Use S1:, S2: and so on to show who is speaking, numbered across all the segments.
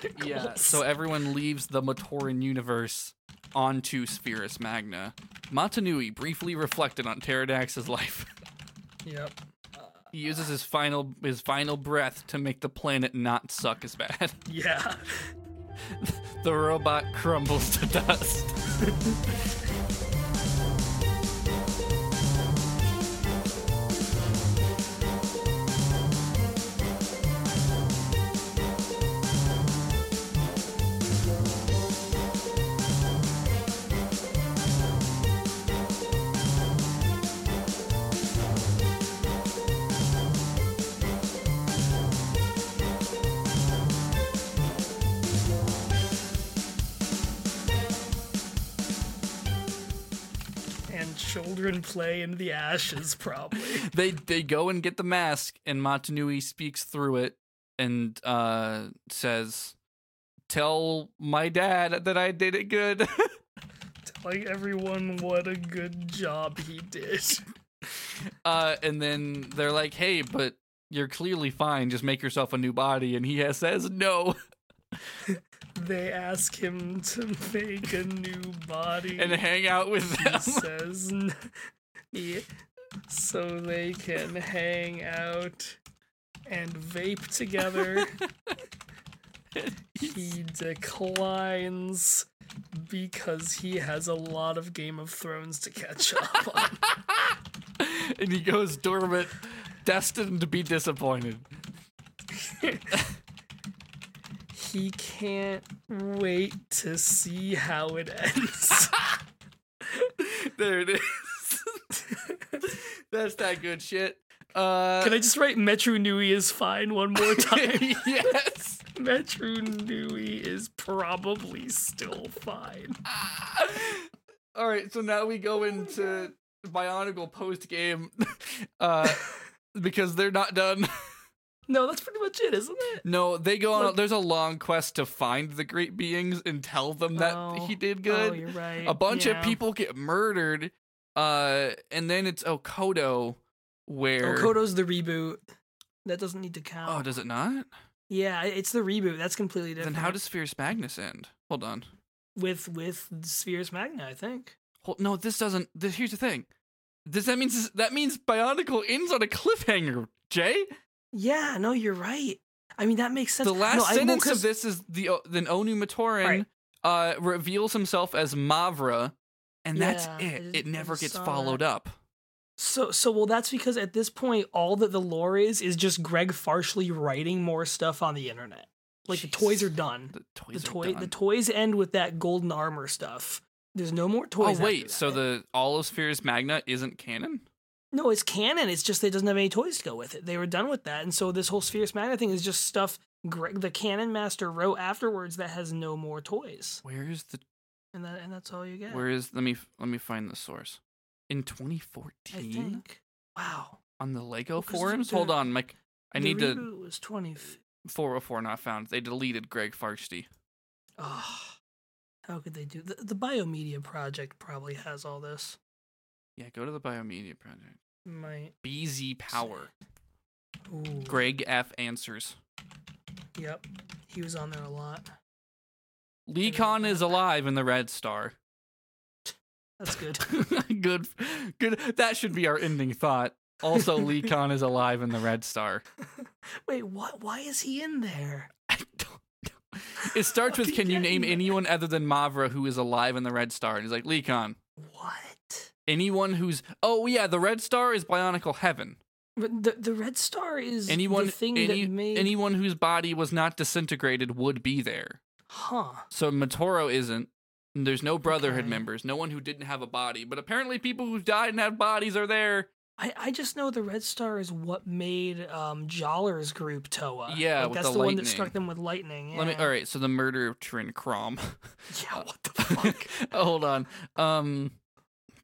S1: particles.
S2: Yeah, so everyone leaves the Matoran universe onto Spherus Magna. Matanui briefly reflected on Pterodax's life.
S1: Yep.
S2: He uses his final his final breath to make the planet not suck as bad.
S1: Yeah.
S2: The robot crumbles to dust.
S1: And children play in the ashes, probably.
S2: they they go and get the mask, and Matanui speaks through it and uh, says, "Tell my dad that I did it good."
S1: Telling everyone what a good job he did.
S2: uh, and then they're like, "Hey, but you're clearly fine. Just make yourself a new body." And he has, says, "No,"
S1: They ask him to make a new body.
S2: and hang out with
S1: he
S2: them.
S1: says n- yeah, so they can hang out and vape together. he declines because he has a lot of Game of Thrones to catch up on.
S2: and he goes dormant, destined to be disappointed.
S1: he can't wait to see how it ends.
S2: There it is. That's that good shit. Uh,
S1: can I just write Metro Nui is fine one more time?
S2: yes.
S1: Metro Nui is probably still fine.
S2: All right, so now we go into Bionicle post game, uh, because they're not done.
S1: No, that's pretty much it, isn't it?
S2: No, they go on.
S1: Look.
S2: There's a long quest to find the great beings and tell them that
S1: Oh.
S2: he did
S1: Oh,
S2: good.
S1: you're right.
S2: a bunch
S1: Yeah.
S2: of people get murdered, uh, and then it's Okodo, where
S1: Okoto's Oh, the reboot. That doesn't need to count.
S2: Oh, does it not?
S1: yeah, i- it's the reboot. That's completely
S2: Then
S1: different.
S2: how does Fierce Magnus end? Hold on.
S1: with with Spheres Magna? I think.
S2: Hold, no, this doesn't. This, here's the thing. Does that means this, that means Bionicle ends on a cliffhanger, Jay?
S1: Yeah, no, you're right. I mean, that makes sense.
S2: The last
S1: No, I- well,
S2: sentence
S1: 'cause-
S2: of this is the o- then Onu Matoran uh, reveals himself as Mavra, and that's
S1: Yeah, I
S2: it.
S1: just-
S2: It
S1: I
S2: never
S1: just
S2: gets
S1: saw
S2: followed up.
S1: So so well, that's because at this point, all that the lore is is just Greg Farsley writing more stuff on the internet. Like the toys
S2: Jeez.
S1: are done.
S2: The toys
S1: The
S2: are
S1: toy the
S2: done.
S1: toys end with that golden armor stuff. There's no more
S2: Oh
S1: toys. after
S2: wait, so
S1: that.
S2: the all of Spheres Magna isn't canon?
S1: No, it's canon. It's just they doesn't have any toys to go with it. They were done with that, and so this whole Spheres Magna thing is just stuff Greg, the canon master, wrote afterwards that has no more toys,
S2: Where is the
S1: and that and that's all you get.
S2: where is let me let me find the source. In
S1: I
S2: 2014
S1: think. Wow.
S2: on the Lego
S1: Well, 'cause the-
S2: forums. Hold
S1: the-
S2: on, Mike. I
S1: The
S2: need to
S1: reboot was twenty.
S2: 404 not found. They deleted Greg Farshty.
S1: Oh, how could they do? The, the Biomedia project probably has all this.
S2: Yeah, go to the Biomedia Project.
S1: Might.
S2: BZ Power.
S1: Ooh.
S2: Greg F. Answers.
S1: Yep. He was on there a lot.
S2: Lee Con is alive in the Red Star.
S1: That's good.
S2: good, good. That should be our ending thought. Also, Lee Con is alive in the Red Star.
S1: Wait, what? Why is he in there?
S2: I don't know. It starts with,
S1: Fucking
S2: can you
S1: get
S2: name
S1: him.
S2: anyone other than Mavra who is alive in the Red Star? And he's like, Lee Con.
S1: What?
S2: Anyone who's, oh yeah, the Red Star is Bionicle Heaven.
S1: But the the Red Star is
S2: Anyone,
S1: the thing
S2: any,
S1: that made
S2: anyone whose body was not disintegrated would be there.
S1: Huh.
S2: So Matoro isn't. And there's no Brotherhood
S1: Okay. members,
S2: members. No one who didn't have a body. But apparently, people who've died and have bodies are there.
S1: I, I just know the Red Star is what made um Joller's group Toa.
S2: Yeah,
S1: like,
S2: with
S1: that's
S2: the
S1: the, one that struck
S2: lightning.
S1: them with lightning. Yeah.
S2: Let me. All right. Uh So the murder of Trin Crom.
S1: Yeah, what the fuck?
S2: Hold on. Um,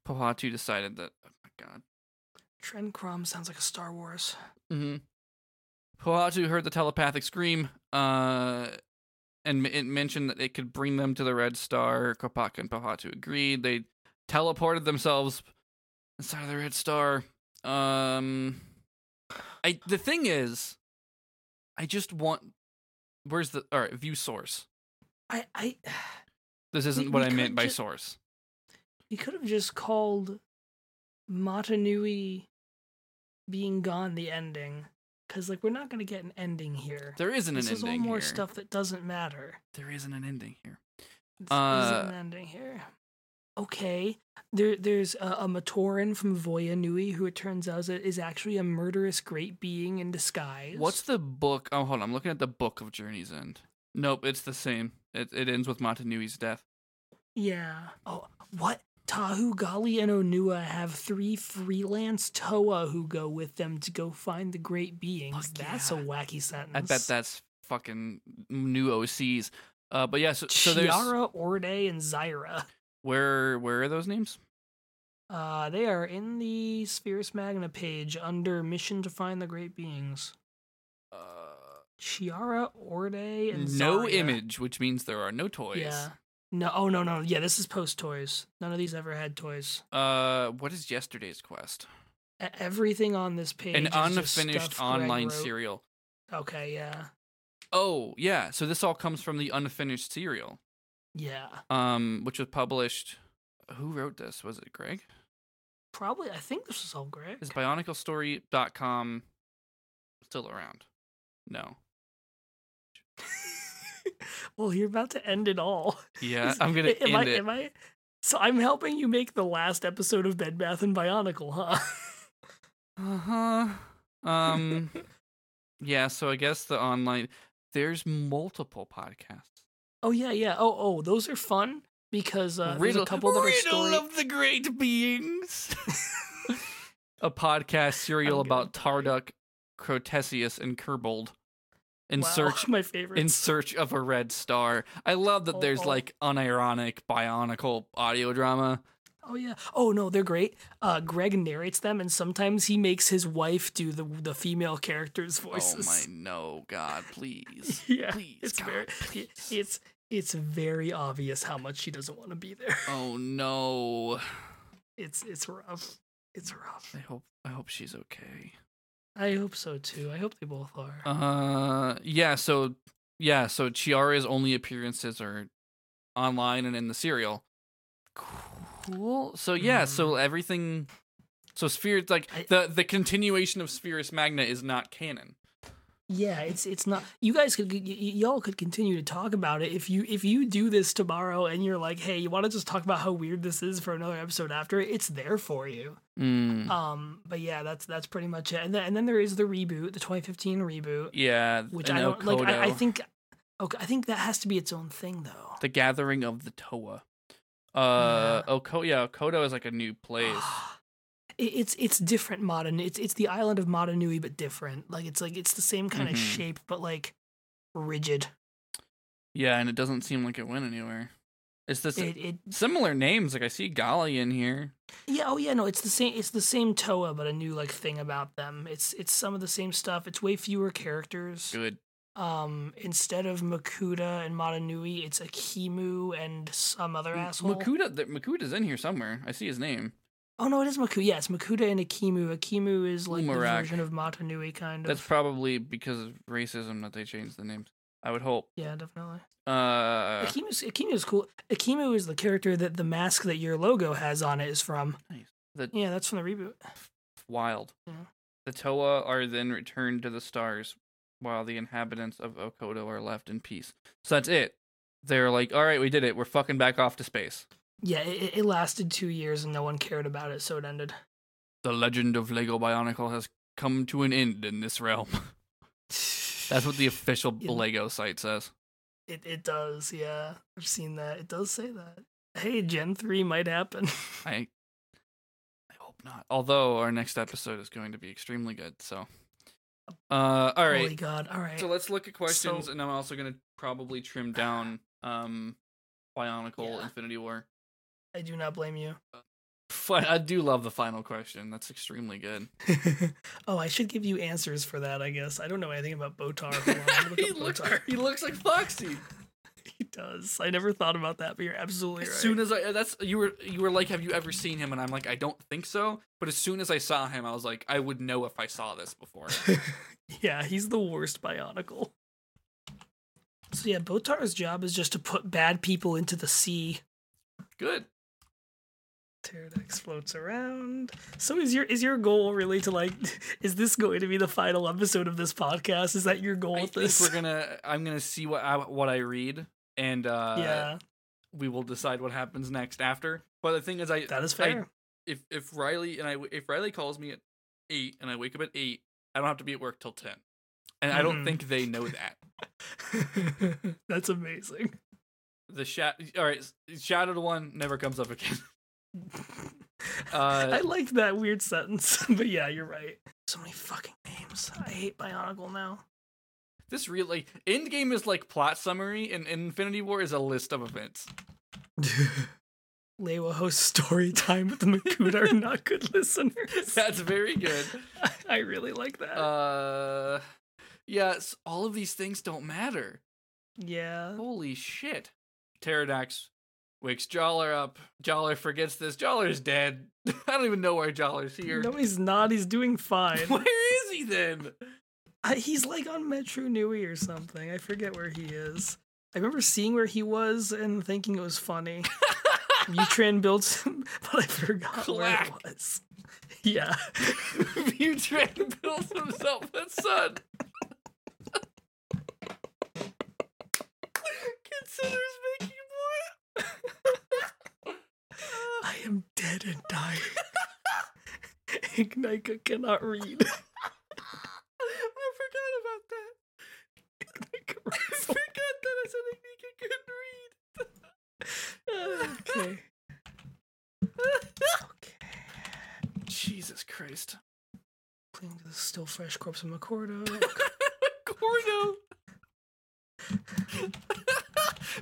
S2: Pohatu decided that. Oh my god.
S1: Trencrom sounds like a Star Wars.
S2: Mm-hmm. Pohatu heard the telepathic scream. Uh. And m- it mentioned that it could bring them to the Red Star. Kopaka and Pohatu agreed. They teleported themselves inside of the Red Star. Um, I the thing is, I just want Where's the all right? View source.
S1: I, I
S2: This isn't
S1: We-
S2: what
S1: we
S2: I meant
S1: could
S2: by
S1: ju-
S2: source.
S1: you could have just called Matanui being gone the ending, because like we're not gonna get an ending here.
S2: There isn't
S1: this
S2: an
S1: is all
S2: ending
S1: more
S2: here.
S1: stuff that doesn't matter.
S2: There isn't an ending here.
S1: This
S2: Uh,
S1: isn't ending here. Okay, there there's a, a Matoran from Voya Nui who it turns out is, is actually a murderous great being in disguise.
S2: What's the book? Oh, hold on. I'm looking at the book of Journey's End. Nope, it's the same. It, it ends with Matanui's death.
S1: Yeah. Oh, what? Tahu, Gali, and Onua have three freelance Toa who go with them to go find the great beings.
S2: Fuck
S1: That's
S2: yeah.
S1: a wacky sentence.
S2: I bet that's fucking new OCs. Uh, but yeah, so, so there's
S1: Chiara, Orde, and Zyra.
S2: where where are those names?
S1: Uh, they are in the Spheres Magna page under Mission to Find the Great Beings.
S2: Uh,
S1: Chiara, Orde, and
S2: no
S1: Zarya.
S2: image, which means there are no toys.
S1: Yeah. No. Oh no no. Yeah, this is post toys. None of these ever had toys.
S2: Uh, what is yesterday's quest?
S1: E- everything on this page.
S2: An
S1: is just
S2: unfinished
S1: stuff Greg
S2: online
S1: wrote.
S2: serial.
S1: Okay. Yeah.
S2: Oh yeah, so this all comes from the unfinished serial,
S1: Yeah.
S2: um, which was published. Who wrote this? Was it Greg?
S1: Probably, I think this was all Greg.
S2: Is bionicalstory.com still around? No.
S1: well, you're about to end it all.
S2: Yeah,
S1: Is-
S2: I'm gonna
S1: am
S2: end
S1: I,
S2: it.
S1: Am I? So I'm helping you make the last episode of Bed Bath and Bionicle, huh?
S2: Uh huh. Um. yeah. So I guess the online there's multiple podcasts.
S1: oh yeah, yeah. Oh oh, those are fun because uh, there's a couple that are
S2: Riddle
S1: story.
S2: of the Great Beings. a podcast serial
S1: I'm gonna
S2: about Tarduk, Crotesius, and Kerbold. In
S1: Wow,
S2: search
S1: my favorite.
S2: in search of a red star. I love that there's
S1: Oh.
S2: like unironic bionicle audio drama.
S1: oh yeah. Oh no, they're great. Uh, Greg narrates them, and sometimes he makes his wife do the the female characters' voices.
S2: Oh my no, God, please.
S1: Yeah,
S2: please,
S1: it's
S2: God,
S1: very
S2: please.
S1: it's it's very obvious how much she doesn't want to be there.
S2: Oh no.
S1: It's it's rough. It's rough.
S2: I hope I hope she's okay.
S1: I hope so too. I hope they both are.
S2: Uh yeah, so yeah, so Chiara's only appearances are online and in the serial. Cool. So yeah, so everything so Sphere like
S1: Mm-hmm. I-
S2: the the continuation of Spherus Magna is not canon.
S1: yeah, it's it's not. You guys could y- y- y'all could continue to talk about it if you if you do this tomorrow and you're like, hey, you want to just talk about how weird this is for another episode after it? It's there for you.
S2: Hmm.
S1: Um, but yeah, that's that's pretty much it. And then, and then there is the reboot, the 2015 reboot,
S2: Yeah,
S1: which
S2: and
S1: I don't like. I, I
S2: Okoto.
S1: think okay, I think that has to be its own thing though.
S2: the gathering of the Toa. Uh, Oko- yeah, Okoto is like a new place.
S1: It- It's it's different modern. It's it's the island of Madanui, but different. Like it's like it's the same kind
S2: Mhm.
S1: of shape, but like rigid.
S2: Yeah, and it doesn't seem like it went anywhere. It's this
S1: It, it
S2: similar names. Like I see Gali in here.
S1: yeah oh yeah no it's the same it's the same Toa, but a new like thing about them. It's it's some of the same stuff. It's way fewer characters.
S2: Good.
S1: Um, instead of Makuta and Madanui, it's Akimu and some other asshole.
S2: Makuta, th- Makuta's in here somewhere. I see his name.
S1: oh no, it is Makuta. Yeah, it's Makuta and Akimu. Akimu is like the
S2: Umarak.
S1: version of Matanui kind of.
S2: That's probably because of racism that they changed the names. I would hope.
S1: yeah, definitely.
S2: Uh,
S1: Akimu's, Akimu's cool. Akimu is the character that the mask that your logo has on it is from.
S2: nice. The
S1: Yeah, that's from the reboot.
S2: wild.
S1: Yeah.
S2: The Toa are then returned to the stars, while the inhabitants of Okoto are left in peace. So that's it. They're like, all right, we did it. We're fucking back off to space.
S1: Yeah, it, it- it lasted two years and no one cared about it, so it ended.
S2: The legend of Lego Bionicle has come to an end in this realm. That's what the official
S1: Yeah.
S2: Lego site says.
S1: It, it does, yeah. I've seen that. It does say that. Hey, Gen 3 might happen.
S2: I I hope not. Although our next episode is going to be extremely good, so uh all
S1: Holy
S2: right.
S1: god, alright.
S2: So let's look at questions
S1: So- Ah.
S2: and I'm also going to probably trim down um Bionicle
S1: Yeah.
S2: Infinity War.
S1: I do not blame you.
S2: Fi- I do love the final question. That's extremely good.
S1: oh, I should give you answers for that, I guess. I don't know anything about Botar. Hold on, I'm gonna look
S2: he
S1: up
S2: looks
S1: Botar.
S2: he looks like Foxy.
S1: He does. I never thought about that, but you're absolutely
S2: As
S1: right.
S2: soon as I uh, that's you were you were like, have you ever seen him? And I'm like, I don't think so. But as soon as I saw him, I was like, I would know if I saw this before.
S1: yeah, he's the worst Bionicle. So yeah, Botar's job is just to put bad people into the sea.
S2: Good.
S1: Pterodax floats around. So is your is your goal really to like is this going to be the final episode of this podcast? Is that your goal
S2: I
S1: with
S2: think
S1: this?
S2: we're gonna. I'm gonna see what I, what I read, and uh,
S1: yeah,
S2: we will decide what happens next after. But the thing is, I
S1: that is fair.
S2: if if Riley and I if Riley calls me at eight and I wake up at eight, I don't have to be at work till ten, and I don't
S1: Mhm.
S2: think they know that.
S1: That's amazing.
S2: The shat. All right, shadowed one never comes up again. Uh,
S1: I like that weird sentence, but yeah, you're right. So many fucking names. I hate Bionicle now.
S2: this really Endgame is like plot summary, and Infinity War is a list of events.
S1: Lewa hosts story time with the Makuta are not good listeners.
S2: That's very good.
S1: I- I really like that.
S2: Uh, yes, all of these things don't matter.
S1: yeah.
S2: Holy shit! Pterodax wakes Jollar up. Jollar forgets this. Jollar is dead. I don't even know why Jollar's here.
S1: No, he's not. He's doing fine.
S2: Where is he then?
S1: I, he's like on Metro Nui or something. I forget where he is. I remember seeing where he was and thinking it was funny. Mutran builds him, but I forgot where
S2: Clack.
S1: it was. Yeah.
S2: Mutran builds himself a son. Considers making more.
S1: I am dead and dying. Ignika cannot read.
S2: I forgot about that. I forgot that I said Ignika couldn't read.
S1: okay. Okay.
S2: Jesus Christ.
S1: Cling to the still fresh corpse of Makordo.
S2: Gordo.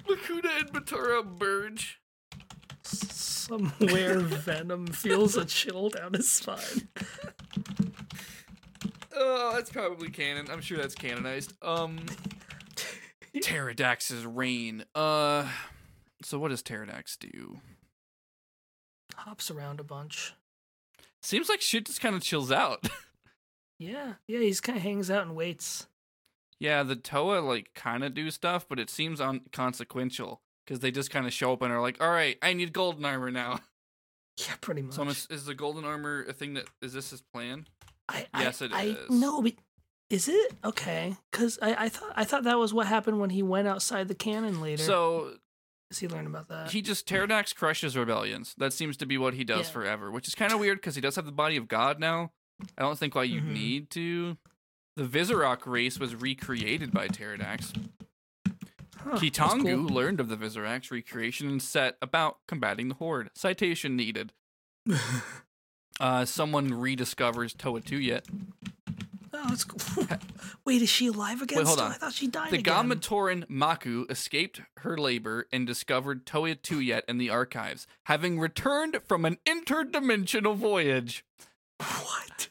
S2: Makuta and Matara merge.
S1: Somewhere venom feels a chill down his spine.
S2: Oh, that's probably canon. I'm sure that's canonized. Um, Pterodax's reign. Uh, so what does Pterodax do?
S1: Hops around a bunch.
S2: Seems like shit just kind of chills out.
S1: Yeah, yeah, he's kind of hangs out and waits.
S2: yeah, the Toa like kind of do stuff, but it seems unconsequential because they just kind of show up and are like, "All right, I need golden armor now."
S1: Yeah, pretty much.
S2: So I'm ass- is the golden armor a thing that is this his plan?
S1: I,
S2: Yes, it
S1: I,
S2: is.
S1: I, no, but is it okay? Because I, I thought I thought that was what happened when he went outside the cannon later. Uh,
S2: So
S1: Does he learn about that?
S2: he just Pterodax crushes rebellions. That seems to be what he does
S1: Yeah.
S2: forever, which is kind of weird because he does have the body of God now. I don't think why you
S1: Mhm.
S2: need to. The Vizorok race was recreated by Pterodax.
S1: Huh, that's
S2: Kitangu
S1: cool.
S2: learned of the Visorax recreation and set about combating the Horde. Citation needed. Uh, someone rediscovers Toa 2 yet.
S1: Oh, that's cool. Wait, is she alive again?
S2: Wait, hold
S1: still?
S2: on.
S1: I thought she died.
S2: The
S1: again.
S2: Gamatoran Maku escaped her labor and discovered Toa 2 yet in the archives, having returned from an interdimensional voyage.
S1: What?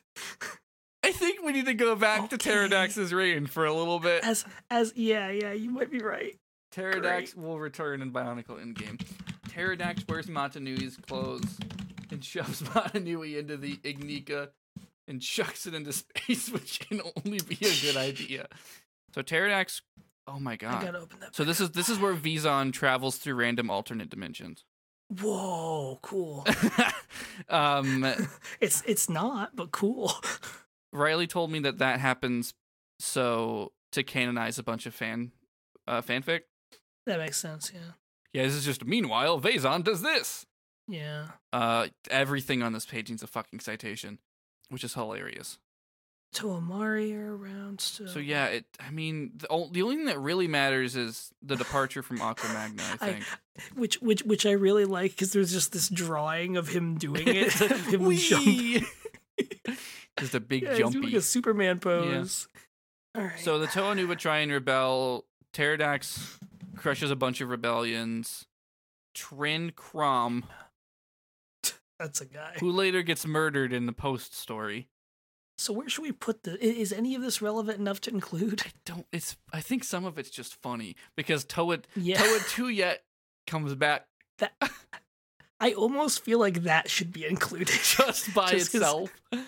S2: I think we need to go back to
S1: Okay.
S2: Pterodax's reign for a little bit.
S1: As as yeah yeah, you might be right.
S2: Pterodax
S1: great.
S2: will return in Bionicle Endgame. Pterodax wears Matanui's clothes and shoves Matanui into the Ignika and chucks it into space, which can only be a good idea. So Pterodax, oh my
S1: I
S2: god!
S1: gotta open that.
S2: So this is this is where Vizon travels through random alternate dimensions.
S1: Whoa, cool.
S2: um,
S1: it's it's not, but cool.
S2: Riley told me that that happens so to canonize a bunch of fan uh, fanfic.
S1: That makes sense. Yeah.
S2: Yeah, this is just meanwhile, Vazon does this.
S1: Yeah.
S2: Uh everything on this page needs a fucking citation, which is hilarious.
S1: So Amari are around still.
S2: So yeah, it I mean, the, o- the only thing that really matters is the departure from Aquamagna, I
S1: I-
S2: think.
S1: which which which I really like because there's just this drawing of him doing it, of him jumping.
S2: Whee! just a big
S1: Yeah, he's doing
S2: jumpy.
S1: like a Superman pose. All right.
S2: So the Toa Nuva try and rebel. Pterodax crushes a bunch of rebellions. Trin Crom,
S1: that's a guy.
S2: who later gets murdered in the post story.
S1: So where should we put the? i- Is any of this relevant enough to include?
S2: I don't. It's. I think some of it's just funny because Toa
S1: Yeah,
S2: Toa Two yet comes back
S1: I almost feel like that should be included.
S2: just by
S1: Just 'cause-
S2: itself.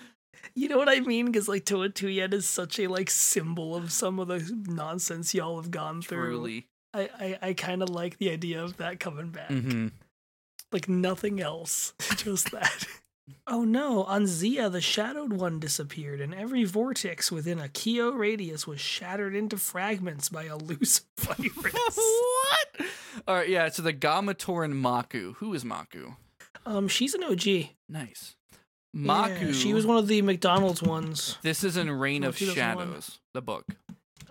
S1: You know what I mean? Because like Toa Tuyen is such a like symbol of some of the nonsense y'all have gone through.
S2: Truly.
S1: I I, I kind of like the idea of that coming back.
S2: hmm
S1: Like nothing else, just that. oh no! On Zia, the Shadowed One disappeared, and every vortex within a Kyo radius was shattered into fragments by a loose virus.
S2: what? All right, yeah. So the Gamatoran Maku. Who is Maku?
S1: um, she's an OG.
S2: Nice.
S1: Yeah,
S2: Maku.
S1: she was one of the McDonald's ones.
S2: This is in Reign
S1: From
S2: of
S1: 2001.
S2: Shadows, the book.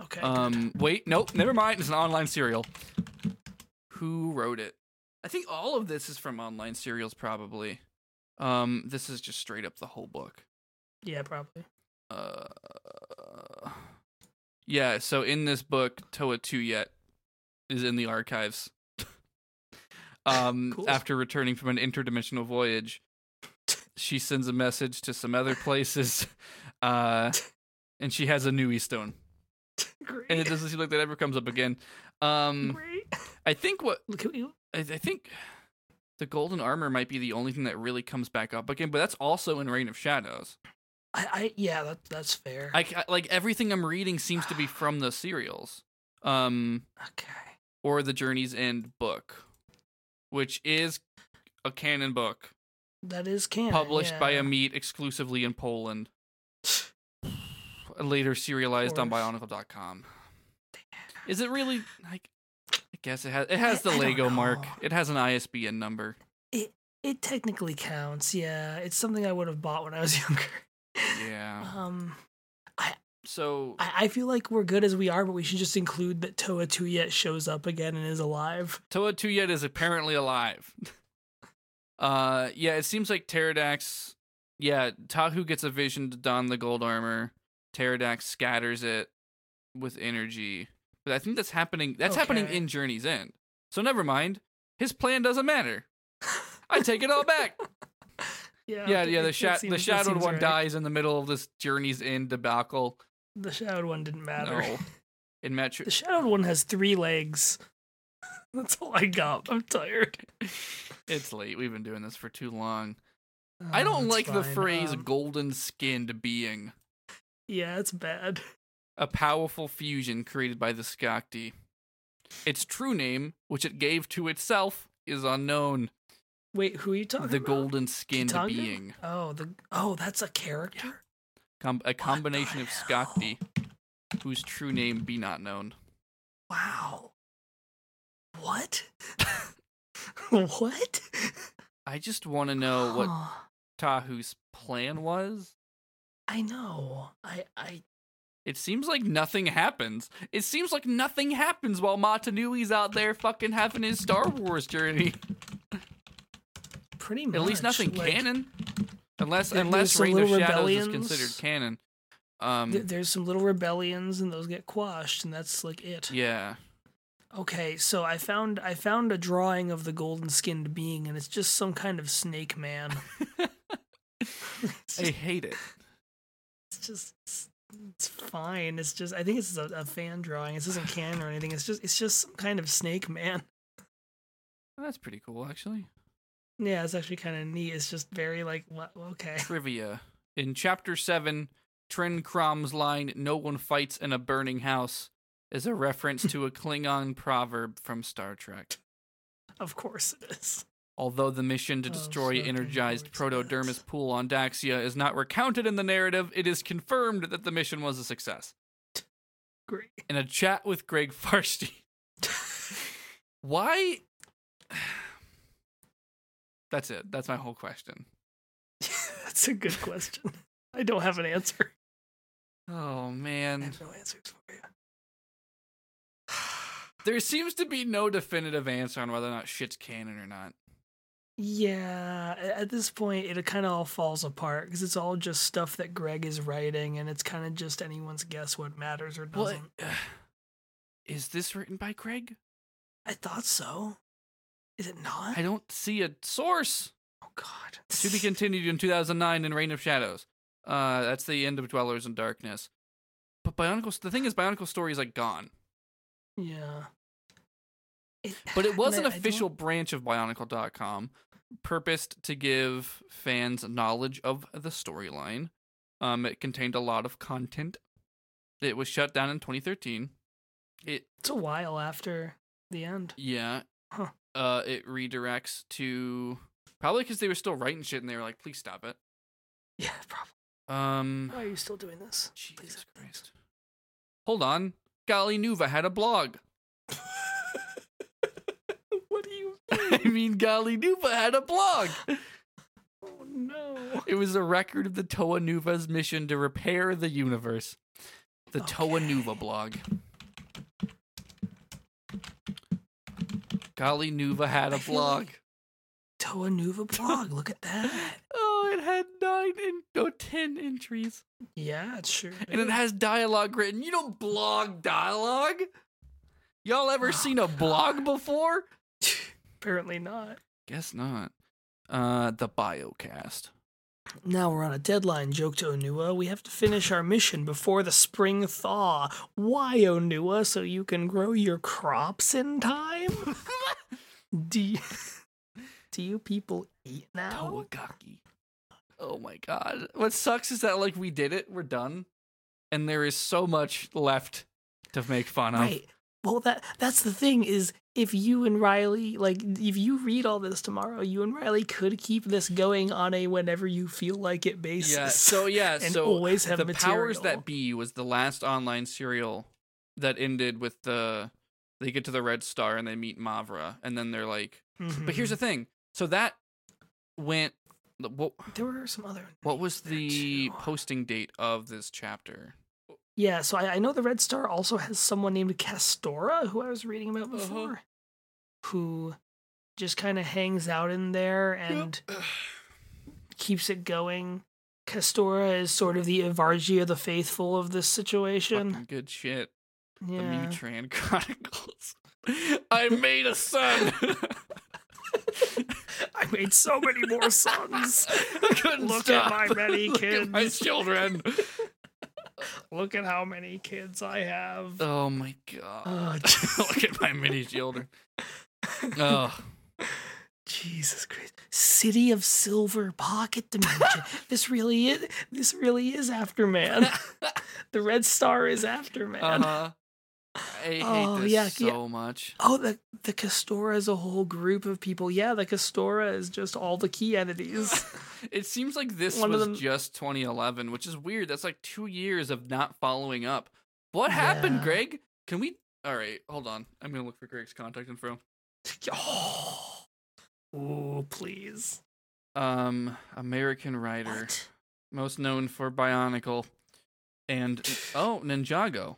S1: Okay.
S2: Um, wait, nope, never mind. It's an online serial. Who wrote it? I think all of this is from online serials, probably. Um, this is just straight up the whole book.
S1: yeah, probably.
S2: Uh, yeah. So in this book, Toa Two Yet is in the archives. um,
S1: Cool.
S2: after returning from an interdimensional voyage, she sends a message to some other places, uh, and she has a Nui stone
S1: Great.
S2: and it doesn't seem like that ever comes up again. Um,
S1: Great.
S2: I think what
S1: Look at you.
S2: I, I think the golden armor might be the only thing that really comes back up again, but that's also in Reign of Shadows.
S1: I, I yeah, that that's fair.
S2: I, ca- like everything I'm reading seems to be from the serials, um,
S1: okay.
S2: or the Journey's End book, which is a canon book
S1: That is canon.
S2: published by
S1: yeah.
S2: Amit exclusively in Poland, later serialized on
S1: course.
S2: Bionicle.com. Is it really like? I guess it has. It has
S1: I-
S2: the
S1: I don't
S2: Lego mark.
S1: know.
S2: It has an ISBN number.
S1: It it technically counts. Yeah, it's something I would have bought when I was younger.
S2: Yeah.
S1: Um,
S2: So
S1: I, I feel like we're good as we are, but we should just include that Toa Tuyet shows up again and is alive.
S2: Toa Tuyet is apparently alive. uh, yeah. It seems like Pterodax. Yeah, Tahu gets a vision to don the gold armor. Pterodax scatters it with energy. But I think that's happening. That's happening
S1: Okay.
S2: in Journey's End. So never mind. His plan doesn't matter. I take it all back.
S1: Yeah,
S2: yeah, yeah.
S1: it-
S2: The
S1: it
S2: sha-
S1: seems-
S2: the
S1: it
S2: shadowed
S1: seems
S2: one
S1: right.
S2: dies in the middle of this Journey's End debacle.
S1: The shadowed one didn't matter.
S2: No, in Metro.
S1: The shadowed one has three legs. That's all I got. I'm tired.
S2: It's late. We've been doing this for too long. I don't
S1: Oh, That's
S2: like the
S1: fine.
S2: phrase
S1: Um,
S2: golden skinned being,
S1: yeah, it's bad.
S2: a powerful fusion created by the Skakti. Its true name, which it gave to itself, is unknown.
S1: Wait, who are you talking
S2: The
S1: about?
S2: golden skinned
S1: Kitanga?
S2: being.
S1: Oh, the oh, that's a character.
S2: Com- a combination of
S1: hell?
S2: Skakti, whose true name be not known.
S1: Wow. What? what?
S2: I just want to know what
S1: Huh.
S2: Tahu's plan was.
S1: I know. I I
S2: It seems like nothing happens. It seems like nothing happens while Matanui's out there fucking having his Star Wars journey.
S1: pretty much
S2: At least nothing
S1: like,
S2: canon. Unless
S1: There-
S2: unless
S1: there's some
S2: Reign of
S1: little
S2: Shadows is
S1: rebellions.
S2: considered canon. Um
S1: th- there's some little rebellions and those get quashed and that's like it.
S2: yeah.
S1: Okay, so I found I found a drawing of the golden skinned being and it's just some kind of snake man. it's,
S2: I
S1: just,
S2: hate it.
S1: it's just it's, it's fine. It's just I think it's a, a fan drawing. This isn't canon or anything. It's just it's just some kind of snake man.
S2: That's pretty cool actually.
S1: Yeah, it's actually kind of neat. It's just very like, what? Okay.
S2: Trivia. In chapter 7, Trin Crom's line no one fights in a burning house is a reference to a Klingon proverb from Star Trek.
S1: Of course it is.
S2: Although the mission to
S1: Oh,
S2: destroy
S1: so
S2: energized
S1: Dendroid's
S2: protodermis
S1: nuts.
S2: pool on Daxia is not recounted in the narrative, it is confirmed that the mission was a success.
S1: Great.
S2: In a chat with Greg Farshty, why? That's it. That's my whole question.
S1: That's a good question. I don't have an answer.
S2: Oh
S1: I
S2: man,
S1: have no answers for you.
S2: there seems to be no definitive answer on whether or not shit's canon or not.
S1: Yeah, a- at this point, it kind of all falls apart because it's all just stuff that Greg is writing, and it's kind of just anyone's guess what matters or
S2: Well,
S1: doesn't.
S2: uh, is this written by Greg?
S1: I thought so. Is it not?
S2: I don't see a source.
S1: oh God.
S2: to be continued in 2009 in Reign of Shadows. Uh, that's the end of Dwellers in Darkness. But Bionicle, the thing is, Bionicle story is like gone.
S1: yeah. It,
S2: But it
S1: and
S2: was an
S1: I- I don't-
S2: official branch of Bionicle.com, purposed to give fans knowledge of the storyline. Um, it contained a lot of content. It was shut down in 2013. It
S1: It's a while after the end.
S2: yeah.
S1: Huh.
S2: Uh, it redirects to probably because they were still writing shit and they were like, please stop it.
S1: Yeah, probably.
S2: Um,
S1: Why are you still doing this?
S2: Jesus Christ. Hold on, Golly Nuva had a blog.
S1: what do you?
S2: I mean, Golly Nuva had a blog.
S1: Oh no.
S2: It was a record of the Toa Nuva's mission to repair the universe. The Toa
S1: Okay.
S2: Nuva blog. Golly Nuva had a
S1: I feel
S2: blog.
S1: like- Toa Nuva blog. Look at that.
S2: Oh, it had nine in no ten entries.
S1: Yeah, it sure.
S2: And it
S1: did.
S2: has dialogue written. You don't blog dialogue. Y'all ever
S1: Oh,
S2: seen a blog before?
S1: apparently not.
S2: Guess not. Uh the biocast.
S1: Now we're on a deadline, joked Onua. We have to finish our mission before the spring thaw. Why, Onua? So you can grow your crops in time? do, you, do you people eat now?
S2: Tawagaki. Oh my god. What sucks is that like we did it, we're done, and there is so much left to make fun of.
S1: Right. Well, that that's the thing is if you and Riley, like, if you read all this tomorrow, you and Riley could keep this going on a whenever you feel like it basis.
S2: Yeah. So yeah.
S1: and
S2: so
S1: always have
S2: the
S1: material.
S2: powers that be was the last online serial that ended with the they get to the Red Star and they meet Mavra and then they're like,
S1: Mm-hmm.
S2: but here's the
S1: Hmm.
S2: thing. So that went. What
S1: there were some other
S2: what was the
S1: Two.
S2: posting date of this chapter?
S1: Yeah, so I, I know the Red Star also has someone named Castora, who I was reading about
S2: Uh-huh.
S1: before, who just kind of hangs out in there and keeps it going. Castora is sort of the Ivargia, the faithful of this situation.
S2: Fucking good shit. The
S1: Yeah.
S2: Mutran Chronicles. I made a son.
S1: I made so many more sons.
S2: I couldn't
S1: Look at
S2: stop.
S1: my many
S2: Look at my
S1: kids.
S2: children.
S1: Look at how many kids I have.
S2: Oh my god.
S1: Oh,
S2: Look at my mini children. Oh,
S1: Jesus Christ. City of Silver Pocket Dimension. this really is this really is Afterman. the Red Star is Afterman.
S2: uh huh. I hate
S1: Oh,
S2: this
S1: yeah,
S2: so
S1: yeah.
S2: much.
S1: Oh, the the Castora is a whole group of people. Yeah, the Castora is just all the key entities.
S2: It seems like this
S1: One of
S2: was
S1: them-
S2: just 2011, which is weird. That's like two years of not following up. What happened,
S1: Yeah.
S2: Greg? Can we? All right, hold on. I'm gonna look for Greg's contact info.
S1: oh, Ooh, please.
S2: Um, American writer.
S1: What?
S2: most known for Bionicle and oh Ninjago.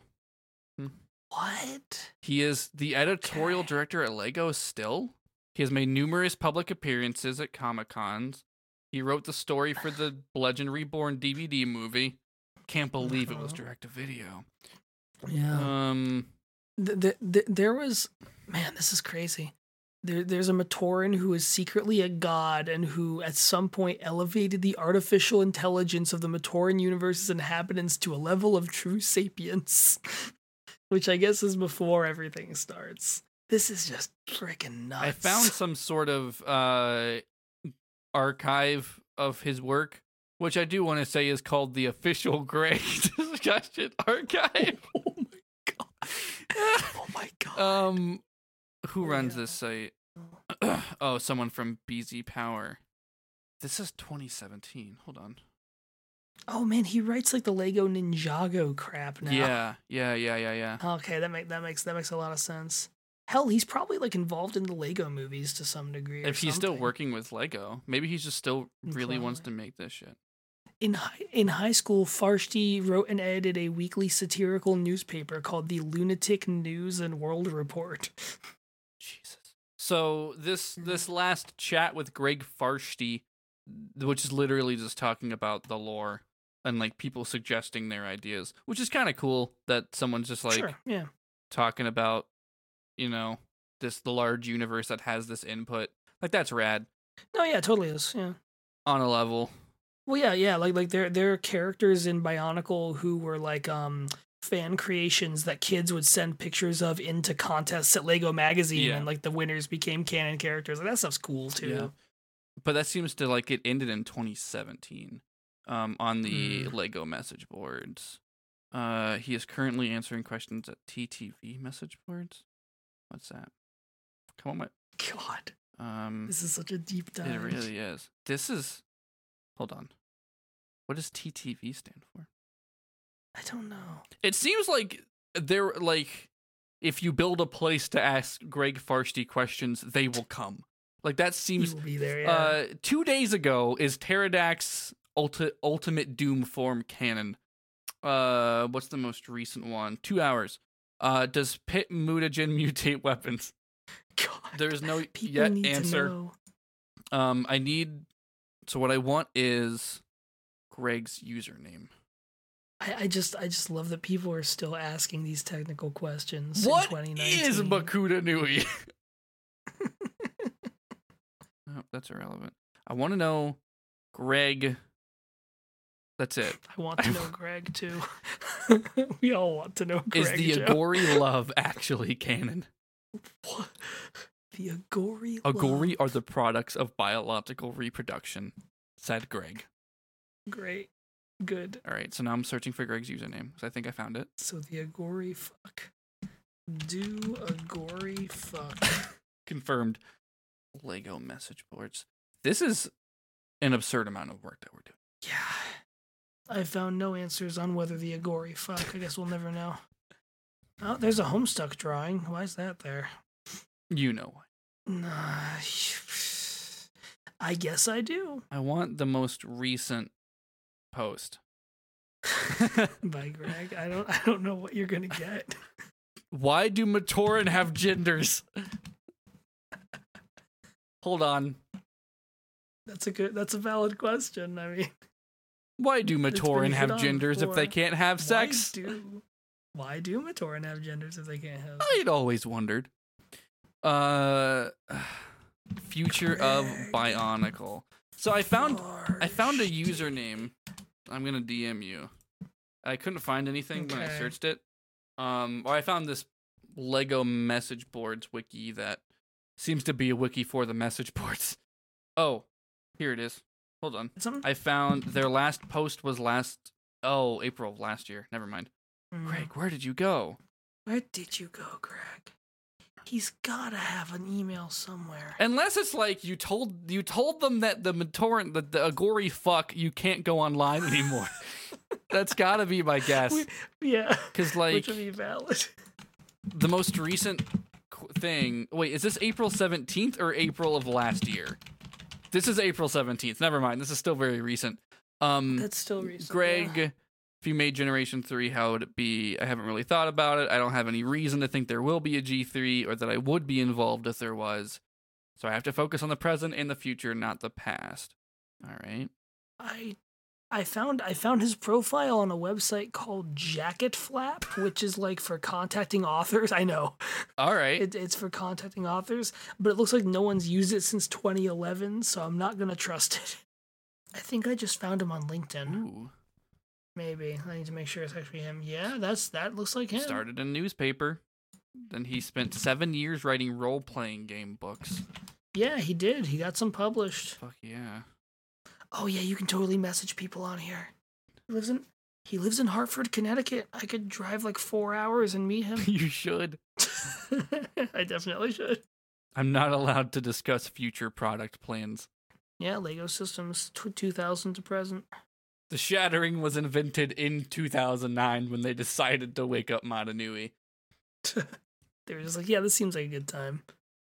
S1: What?
S2: He is the editorial
S1: Okay.
S2: director at Lego still. He has made numerous public appearances at Comic Cons. He wrote the story for the Legend Reborn DVD movie. Can't believe it was
S1: Uh-huh. Oh,
S2: direct to video.
S1: Yeah.
S2: Um,
S1: th- th- th- there was man this is crazy there, there's a Matoran who is secretly a god and who at some point elevated the artificial intelligence of the Matoran universe's inhabitants to a level of true sapience, which I guess is before everything starts. This is just freaking nuts.
S2: I found some sort of uh archive of his work, which I do want to say is called the official Grey Discussion Archive.
S1: Oh my god. Oh my god.
S2: Um, who runs
S1: Yeah.
S2: this site? oh, someone from BZ Power. This is 2017. Hold on.
S1: oh man, he writes like the Lego Ninjago crap now.
S2: Yeah, yeah, yeah, yeah, yeah.
S1: Okay, that make that makes that makes a lot of sense. Hell, he's probably like involved in the Lego movies to some degree. or
S2: If he's still
S1: something.
S2: working with Lego, maybe he's just still really wants to make this shit.
S1: in hi- in high school, Farshti wrote and edited a weekly satirical newspaper called the Lunatic News and World Report.
S2: Jesus. So this
S1: Mm-hmm.
S2: this last chat with Greg Farshti, which is literally just talking about the lore and like people suggesting their ideas, which is kind of cool that someone's just like
S1: sure, yeah,
S2: talking about you know this the large universe that has this input like that's rad
S1: no, yeah, totally is, yeah.
S2: on a level
S1: Well, yeah, yeah, like like there there are characters in Bionicle who were like um fan creations that kids would send pictures of into contests at Lego magazine
S2: Yeah.
S1: and like the winners became canon characters. Like that stuff's cool too.
S2: Yeah. but that seems to like it ended in 2017 um, on the Lego message boards. Uh, he is currently answering questions at TTV message boards. What's that? Come on, my
S1: God,
S2: um,
S1: this is such a deep dive.
S2: it really is. This is. Hold on. What does TTV stand for?
S1: I don't know.
S2: It seems like they're like if you build a place to ask Greg Farsty questions, they will come. Like that
S1: You
S2: seems
S1: will be there. Yeah.
S2: uh, two days ago is Pterodact's ulti- Ultimate Doom Form canon. Uh, what's the most recent one? Two hours. Uh, does Pit Mutagen mutate weapons?
S1: God,
S2: There is no
S1: people
S2: yet
S1: need To
S2: answer.
S1: know.
S2: Um, I need. So what I want is Greg's username.
S1: I, I just, I just love that people are still asking these technical questions.
S2: What
S1: in 2019.
S2: is Bakuda Nui? oh, that's irrelevant. I want to know Greg. That's it.
S1: I want to know Greg too. we all want to know Greg.
S2: Is the
S1: Joe.
S2: Agori love actually canon?
S1: What? The Agori. love.
S2: Agori are the products of biological reproduction, said Greg.
S1: Great. Good.
S2: All right, so now I'm searching for Greg's username because I think I found it.
S1: So the Agori fuck. Do Agori fuck.
S2: Confirmed. Lego message boards. This is an absurd amount of work that we're doing.
S1: yeah. I found no answers on whether the Agori fuck. I guess we'll never know. Oh, there's a Homestuck drawing. Why is that there?
S2: You know why.
S1: Nah, I guess I do.
S2: I want the most recent post.
S1: By Greg. I don't. I don't know what you're gonna get.
S2: Why do Matoran have genders? Hold on.
S1: That's a good. That's a valid question. I mean.
S2: Why do
S1: been
S2: Matoran
S1: hit
S2: have
S1: on
S2: genders if they
S1: before.
S2: can't have sex?
S1: Why do, why do Matoran have genders if they can't have?
S2: I'd always wondered. Uh, future of Bionicle. So I found I found a username. I'm gonna DM you. I couldn't find anything when I
S1: Okay.
S2: searched it. Um, or I found this Lego message boards wiki that seems to be a wiki for the message boards. Oh, here it is. Hold on.
S1: Something?
S2: I found their last post was last oh April of last year. Never mind.
S1: Mm.
S2: Greg, where did you go?
S1: hmm. where did you go, Greg? He's gotta have an email somewhere.
S2: Unless it's like you told you told them that the Matorrent that the Agori fuck you can't go online anymore. That's got to be my guess.
S1: We- yeah,
S2: Because like
S1: which would be valid.
S2: the most recent qu- thing. Wait, is this April seventeenth or April of last year? This is April seventeenth. Never mind. This is still very recent. Um,
S1: That's still recent.
S2: Greg,
S1: yeah.
S2: if you made Generation 3, how would it be? I haven't really thought about it. I don't have any reason to think there will be a G3 or that I would be involved if there was. So I have to focus on the present and the future, not the past. All right.
S1: I. I found I found his profile on a website called Jacket Flap, which is like for contacting authors. I know
S2: All right.
S1: it, it's for contacting authors, but it looks like no one's used it since 2011, so I'm not gonna trust it. I think I just found him on LinkedIn.
S2: Ooh.
S1: Maybe I need to make sure it's actually him. Yeah, that's that looks like him.
S2: Started a newspaper. Then he spent seven years writing role playing game books.
S1: Yeah, he did. He got some published.
S2: Fuck yeah.
S1: Oh yeah, you can totally message people on here. He lives in he lives in Hartford, Connecticut. I could drive like four hours and meet him.
S2: you should.
S1: I definitely should.
S2: I'm not allowed to discuss future product plans.
S1: Yeah, Lego Systems, t- 2000 to present.
S2: The shattering was invented in 2009 when they decided to wake up Matanui.
S1: They were just like, yeah, this seems like a good time.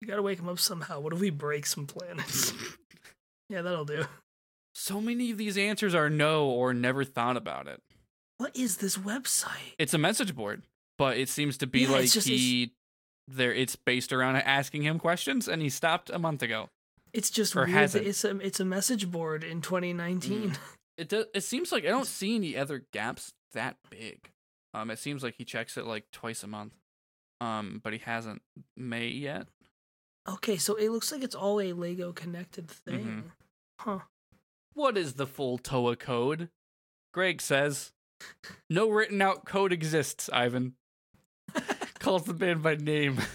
S1: You gotta wake him up somehow. What if we break some planets? yeah, that'll do.
S2: so many of these answers are no or never thought about it.
S1: What is this website?
S2: It's a message board, but it seems to be
S1: Yeah, it's
S2: like
S1: just-
S2: he there it's based around asking him questions and he stopped a month ago.
S1: It's just
S2: Or
S1: weird.
S2: has
S1: that
S2: it?
S1: It's a it's a message board in 2019.
S2: It does, it seems like I don't see any other gaps that big. Um it seems like he checks it like twice a month. Um but he hasn't May yet.
S1: Okay, so it looks like it's all a Lego connected
S2: Mhm.
S1: thing. Huh.
S2: What is the full TOA code? Greg says, No written out code exists, Ivan. Calls the man by name.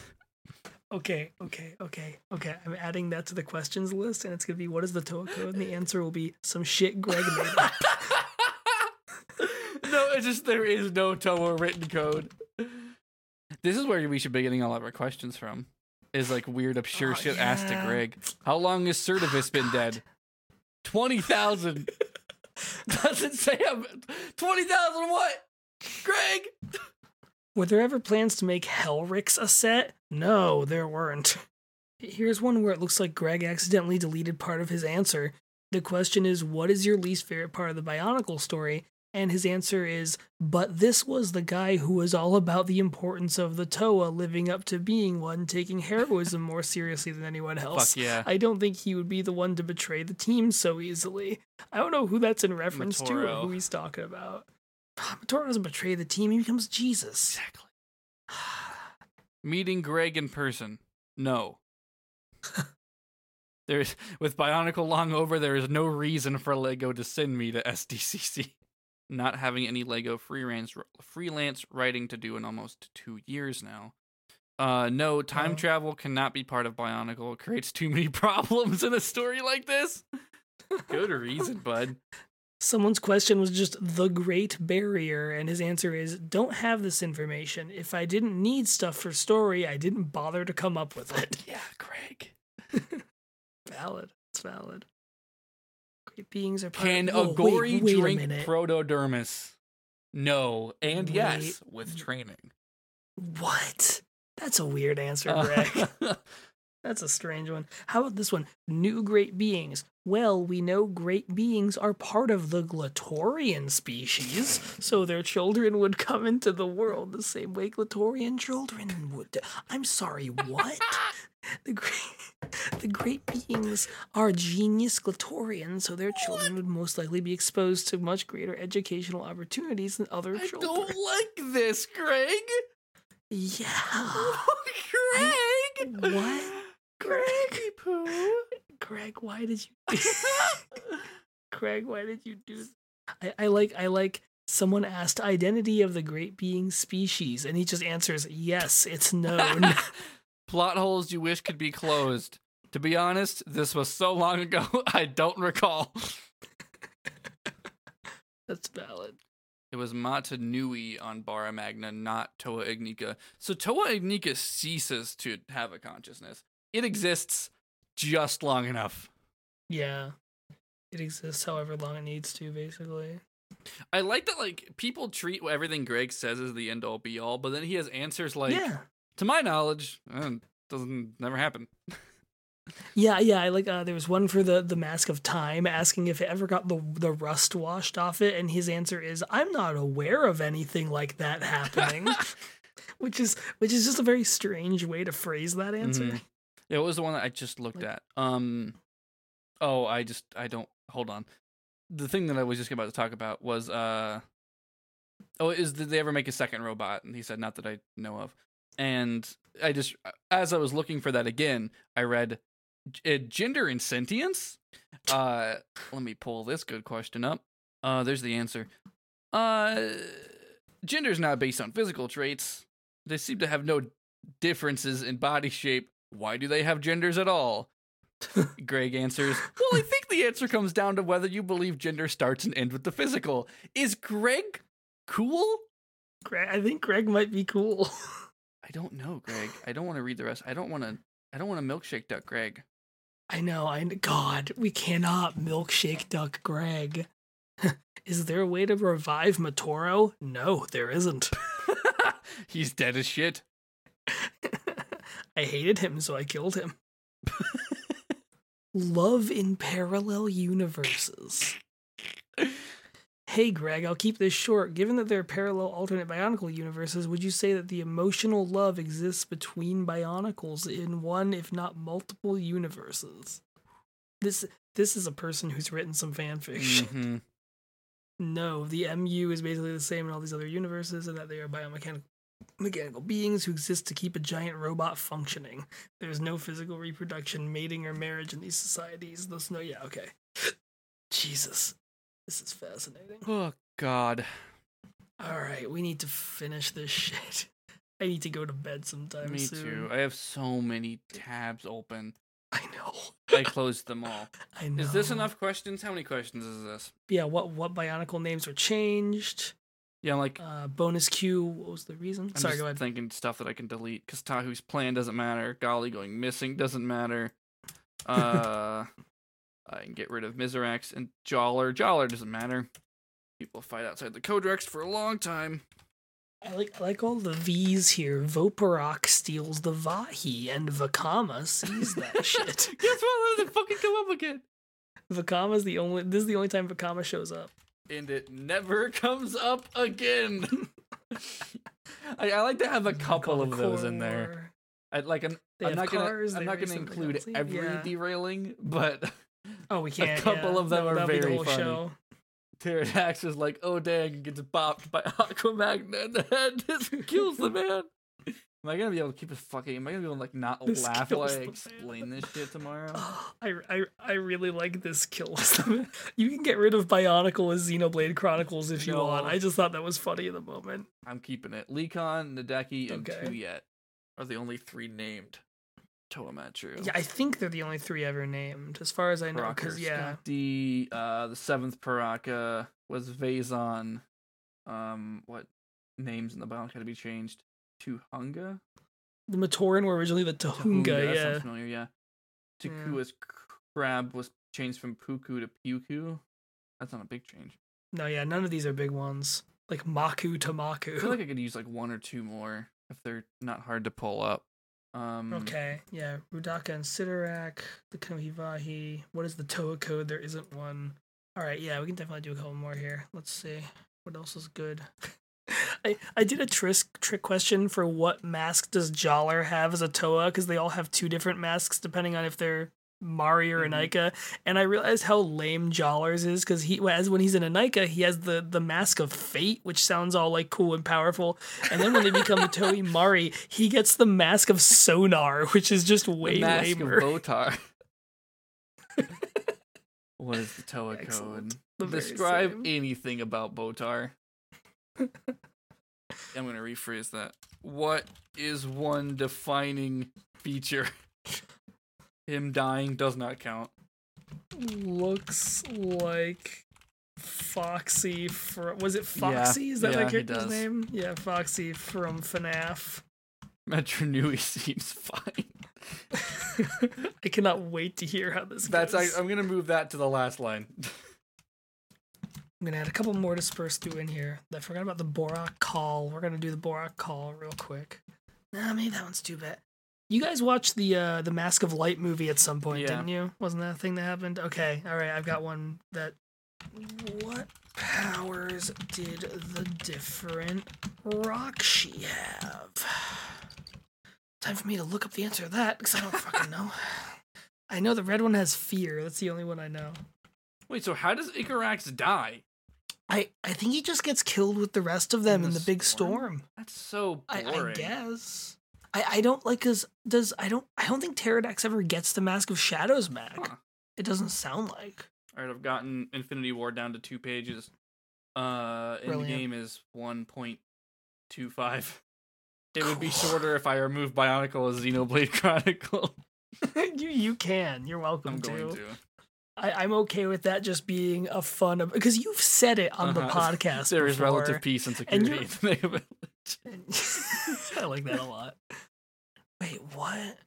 S1: Okay, okay, okay, okay. I'm adding that to the questions list, and it's gonna be what is the TOA code? And the answer will be some shit Greg made up.
S2: I just there is no Toa written code. This is where we should be getting all of our questions from. Is like weird obscure
S1: Oh,
S2: shit asked to
S1: yeah.
S2: Greg. How long has Certivus been dead? Twenty thousand. Doesn't say I'm twenty thousand what? Greg
S1: Were there ever plans to make Helrix a set? No, there weren't. Here's one where it looks like Greg accidentally deleted part of his answer. The question is, what is your least favorite part of the Bionicle story? And his answer is, but this was the guy who was all about the importance of the Toa living up to being one, taking heroism more seriously than anyone else.
S2: Fuck yeah.
S1: I don't think he would be the one to betray the team so easily. I don't know who that's in reference to
S2: Matoro.
S1: or who he's talking about. Matoro doesn't betray the team, he becomes Jesus.
S2: Exactly. Meeting Greg in person. No. There's with Bionicle long over, there is no reason for Lego to send me to SDCC. Not having any Lego freelance freelance writing to do in almost two years now. Uh, no, time
S1: Wow.
S2: travel cannot be part of Bionicle. It creates too many problems in a story like this. Go to reason, bud.
S1: Someone's question was just the great barrier, and his answer is don't have this information. If I didn't need stuff for story, I didn't bother to come up with it.
S2: Yeah, Greg.
S1: valid. It's valid. Great beings are part
S2: Can
S1: Whoa,
S2: a
S1: wait,
S2: gory
S1: wait a
S2: drink
S1: minute.
S2: protodermis? No, and
S1: Wait.
S2: yes, with training.
S1: what? That's a weird answer,
S2: Uh,
S1: Greg. That's a strange one. How about this one? New great beings. Well, we know great beings are part of the Glatorian species, so their children would come into the world the same way Glatorian children would. I'm sorry, what? the great the great beings are genius Glatorians, so their children would most likely be exposed to much greater educational opportunities than other
S2: I
S1: children.
S2: don't like this, Greg.
S1: Yeah.
S2: Oh, Greg.
S1: what?
S2: Greg poo.
S1: Greg, why did you Craig, why did you do? th- I, I like I like someone asked identity of the great being species, and he just answers yes. It's known.
S2: Plot holes you wish could be closed. To be honest, this was so long ago, I don't recall.
S1: That's valid.
S2: It was Mata Nui on Bara Magna, not Toa Ignika. So Toa Ignika ceases to have a consciousness. It exists just long enough.
S1: Yeah, it exists however long it needs to, basically.
S2: I like that like people treat everything Greg says as the end all be all, but then he has answers like
S1: yeah,
S2: to my knowledge, uh, doesn't never happen.
S1: yeah, yeah. I like. Uh, there was one for the the Mask of Time, asking if it ever got the the rust washed off it, and his answer is, "I'm not aware of anything like that happening," which is which is just a very strange way to phrase that answer.
S2: Mhm. It was the one that I just looked
S1: Like-
S2: at. Um, oh, I just I don't hold on. The thing that I was just about to talk about was uh, oh, is did they ever make a second robot? And he said not that I know of. And I just as I was looking for that again, I read uh, gender and sentience. Uh, let me pull this good question up. Uh, there's the answer. Uh, gender is not based on physical traits. They seem to have no differences in body shape. Why do they have genders at all? Greg answers, Well, I think the answer comes down to whether you believe gender starts and ends with the physical. Is Greg cool?
S1: Greg, I think Greg might be cool.
S2: I don't know, Greg. I don't want to read the rest. I don't want to. I don't want to milkshake duck, Greg.
S1: I know. I God, we cannot milkshake duck Greg. Is there a way to revive Matoro? No, there isn't.
S2: He's dead as shit.
S1: I hated him, so I killed him. Love in parallel universes. Hey Greg, I'll keep this short. Given that there are parallel alternate Bionicle universes, would you say that the emotional love exists between Bionicles in one, if not multiple, universes? This this is a person who's written some fan fiction.
S2: Mhm.
S1: No, the MU is basically the same in all these other universes, and that they are biomechanical mechanical beings who exist to keep a giant robot functioning. There is no physical reproduction, mating, or marriage in these societies. Thus, no, yeah, okay. Jesus, this is fascinating.
S2: Oh God.
S1: All right, we need to finish this shit. I need to go to bed sometime
S2: Me
S1: soon.
S2: too. I have so many tabs open.
S1: I know.
S2: I closed them all.
S1: I know.
S2: Is this enough questions? How many questions is this?
S1: Yeah. What what bionicle names were changed?
S2: Yeah, I'm like
S1: Uh, bonus Q. What was the reason?
S2: I'm
S1: Sorry,
S2: just
S1: go ahead.
S2: thinking stuff that I can delete because Tahu's plan doesn't matter. Golly going missing doesn't matter. Uh, I can get rid of Miserax and Joller. Joller doesn't matter. People fight outside the Codrex for a long time.
S1: I like I like all the V's here. Voporok steals the Vahi, and Vakama sees that shit.
S2: Guess what? Let it fucking come up again.
S1: Vakama's the only. This is the only time Vakama shows up.
S2: And it never comes up again. I, I like to have a couple of those in there.
S1: Core.
S2: I like. I'm,
S1: They
S2: I'm
S1: have
S2: not
S1: cars,
S2: gonna. I'm
S1: they
S2: not gonna
S1: race them, they
S2: include
S1: don't sleep.
S2: every
S1: Yeah.
S2: derailing, but
S1: Oh, we can't.
S2: couple
S1: yeah.
S2: of them
S1: That-
S2: are
S1: that'll be the
S2: very
S1: whole
S2: funny.
S1: show.
S2: Pterodax is like, oh dang, and gets bopped by Aquamagna in the head. This kills the man. Am I gonna be able to keep this fucking? Am I gonna be able to like not
S1: This
S2: laugh while I
S1: kills the man.
S2: explain this shit tomorrow?
S1: Oh, I, I, I really like this kill. system. you can get rid of Bionicle as Xenoblade Chronicles if you
S2: No.
S1: want. I just thought that was funny in the moment.
S2: I'm keeping it. Lecon, Nadeki, and
S1: Okay.
S2: two yet are the only three named. Toamatru.
S1: Yeah, I think they're the only three ever named, as far as I know. Because yeah,
S2: the uh, the seventh Paraka was Vazon. Um, what names in the Bionic had to be changed? To Hunga.
S1: the Matoran were originally the
S2: Tahunga,
S1: Tahunga.
S2: that
S1: yeah,
S2: sounds familiar, yeah.
S1: Yeah.
S2: Takua's crab was changed from Puku to Puku. That's not a big change.
S1: no, yeah, none of these are big ones. Like Maku to
S2: I
S1: Maku.
S2: feel like I could use like one or two more if they're not hard to pull up. Um,
S1: okay, yeah, Rudaka and Sidorak, the Kohivahi. What is the Toa code? There isn't one. All right, yeah, we can definitely do a couple more here. Let's see what else is good. I, I did a trisk trick question for what mask does Jollar have as a Toa because they all have two different masks depending on if they're Mari or
S2: Mhm.
S1: Anika, and I realized how lame Jollars is because he as when he's in Anika he has the the mask of fate which sounds all like cool and powerful, and then when they become Toei Mari he gets the mask of Sonar which is just
S2: the
S1: way
S2: Mask of
S1: lamer.
S2: Botar. what is the Toa
S1: Excellent. The
S2: code?
S1: very
S2: Describe
S1: same.
S2: anything about Botar. I'm gonna rephrase that. What is one defining feature? Him dying does not count.
S1: looks like Foxy. Fro- was it Foxy? Is that
S2: yeah,
S1: that
S2: he
S1: character's
S2: does.
S1: name? Yeah, Foxy from FNAF.
S2: Metronui seems fine.
S1: I cannot wait to hear how this
S2: That's I,
S1: goes.
S2: I'm gonna move that to the last line.
S1: I'm gonna add a couple more dispersed through in here. I forgot about the Borak call. We're gonna do the Borak call real quick. Nah, maybe that one's too bad. You guys watched the uh, the Mask of Light movie at some point,
S2: Yeah.
S1: didn't you? Wasn't that a thing that happened? Okay, all right. I've got one that. What powers did the different Rakshi have? Time for me to look up the answer to that because I don't fucking know. I know the red one has fear. That's the only one I know.
S2: Wait, so how does Icarax die?
S1: I, I think he just gets killed with the rest of them
S2: In
S1: in
S2: the
S1: the big
S2: storm?
S1: storm.
S2: That's so
S1: I,
S2: boring.
S1: I guess. I, I don't like cause does I don't I don't think Pterodax ever gets the Mask of Shadows back.
S2: Huh.
S1: It doesn't sound like.
S2: All right, I've gotten Infinity War down to two pages. Uh, and the
S1: Brilliant.
S2: game is 1.25. It would be shorter if I remove Bionicle as Xenoblade Chronicle.
S1: you you can. You're welcome
S2: I'm going to.
S1: I, I'm okay with that just being a fun of because you've said it on the
S2: Uh-huh.
S1: podcast.
S2: There is
S1: before.
S2: relative peace and security
S1: you're-
S2: in the name of it.
S1: I like that a lot. Wait, what?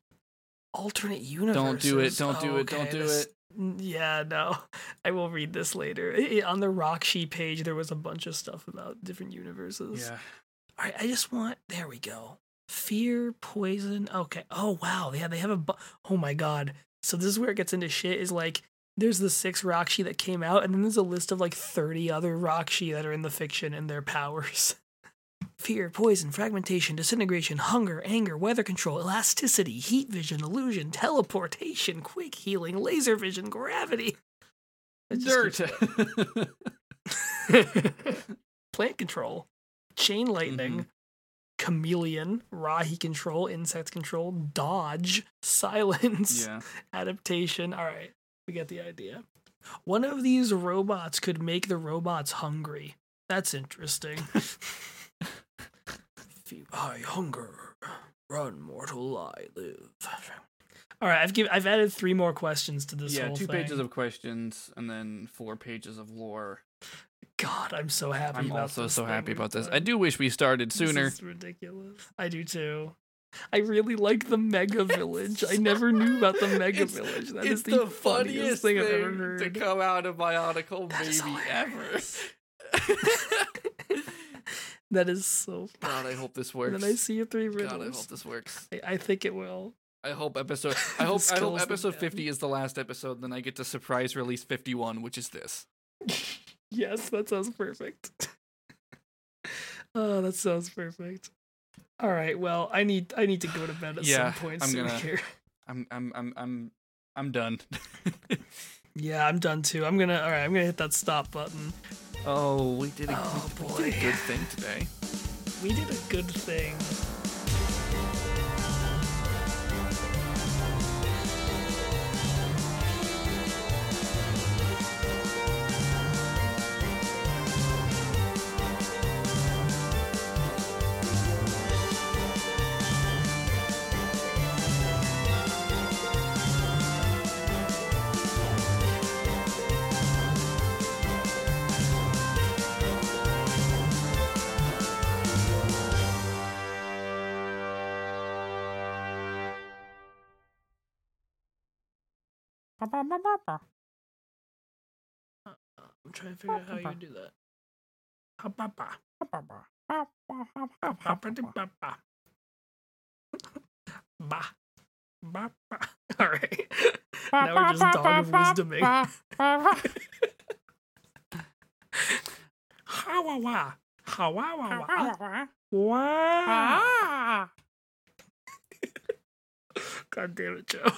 S1: Alternate universe.
S2: Don't do it, don't do it, don't do it.
S1: Yeah, no. I will read this later. I- I- on the Rocksheet page, there was a bunch of stuff about different universes.
S2: Yeah.
S1: All right, I just want. There we go. Fear, poison. Okay. Oh wow. Yeah, they have a. Bu- oh my god. So this is where it gets into shit. Is like there's the six Rakshi that came out, and then there's a list of like 30 other Rakshi that are in the fiction and their powers. Fear, poison, fragmentation, disintegration, hunger, anger, weather control, elasticity, heat vision, illusion, teleportation, quick healing, laser vision, gravity. It just
S2: Dirt.
S1: plant control, chain lightning,
S2: Mm-hmm.
S1: chameleon, rahi control, insect control, dodge, silence,
S2: yeah.
S1: adaptation. All right, we get the idea. One of these robots could make the robots hungry. That's interesting. Fe- I hunger. Run, mortal, I live. All right, I've given, I've added three more questions to this.
S2: yeah,
S1: whole
S2: two
S1: thing.
S2: pages of questions and then four pages of lore.
S1: God, I'm so happy.
S2: I'm
S1: about
S2: also
S1: this
S2: so
S1: thing
S2: happy
S1: we've
S2: about this.
S1: done.
S2: I do wish we started sooner.
S1: This is ridiculous. I do too. I really like the mega village. I never knew about the mega
S2: It's-
S1: village. That is
S2: it's the funniest thing,
S1: I've ever
S2: to
S1: heard.
S2: come out of Bionicle
S1: That is
S2: Baby ever.
S1: hilarious. That is so.
S2: God, I hope this
S1: And
S2: works.
S1: then I see you three
S2: God, I hope
S1: riddles.
S2: this works.
S1: I, I think it will.
S2: I hope episode. I hope. I
S1: Skulls
S2: hope
S1: them
S2: episode
S1: down.
S2: fifty is the last episode. Then I get to surprise release fifty one, which is this.
S1: Yes, that sounds perfect. oh, that sounds perfect. All right. Well, I need I need to go to bed at
S2: Yeah,
S1: some point
S2: I'm
S1: soon
S2: gonna-
S1: here.
S2: I'm. I'm. I'm. I'm. I'm done.
S1: Yeah, I'm done too. I'm gonna. All right. I'm gonna hit that stop button.
S2: oh, we did a,
S1: Oh,
S2: we did
S1: boy.
S2: a good thing today.
S1: We did a good thing. I'm trying to figure out how you do that. Ha-ba-ba. Ha-ba-ba-ba-ba. Ba. Ba-ba. All right. Now we're just dog of eh? wisdoming. Ha-wa-wa. Ha-wa-wa-wa. Wow. God damn it, Joe.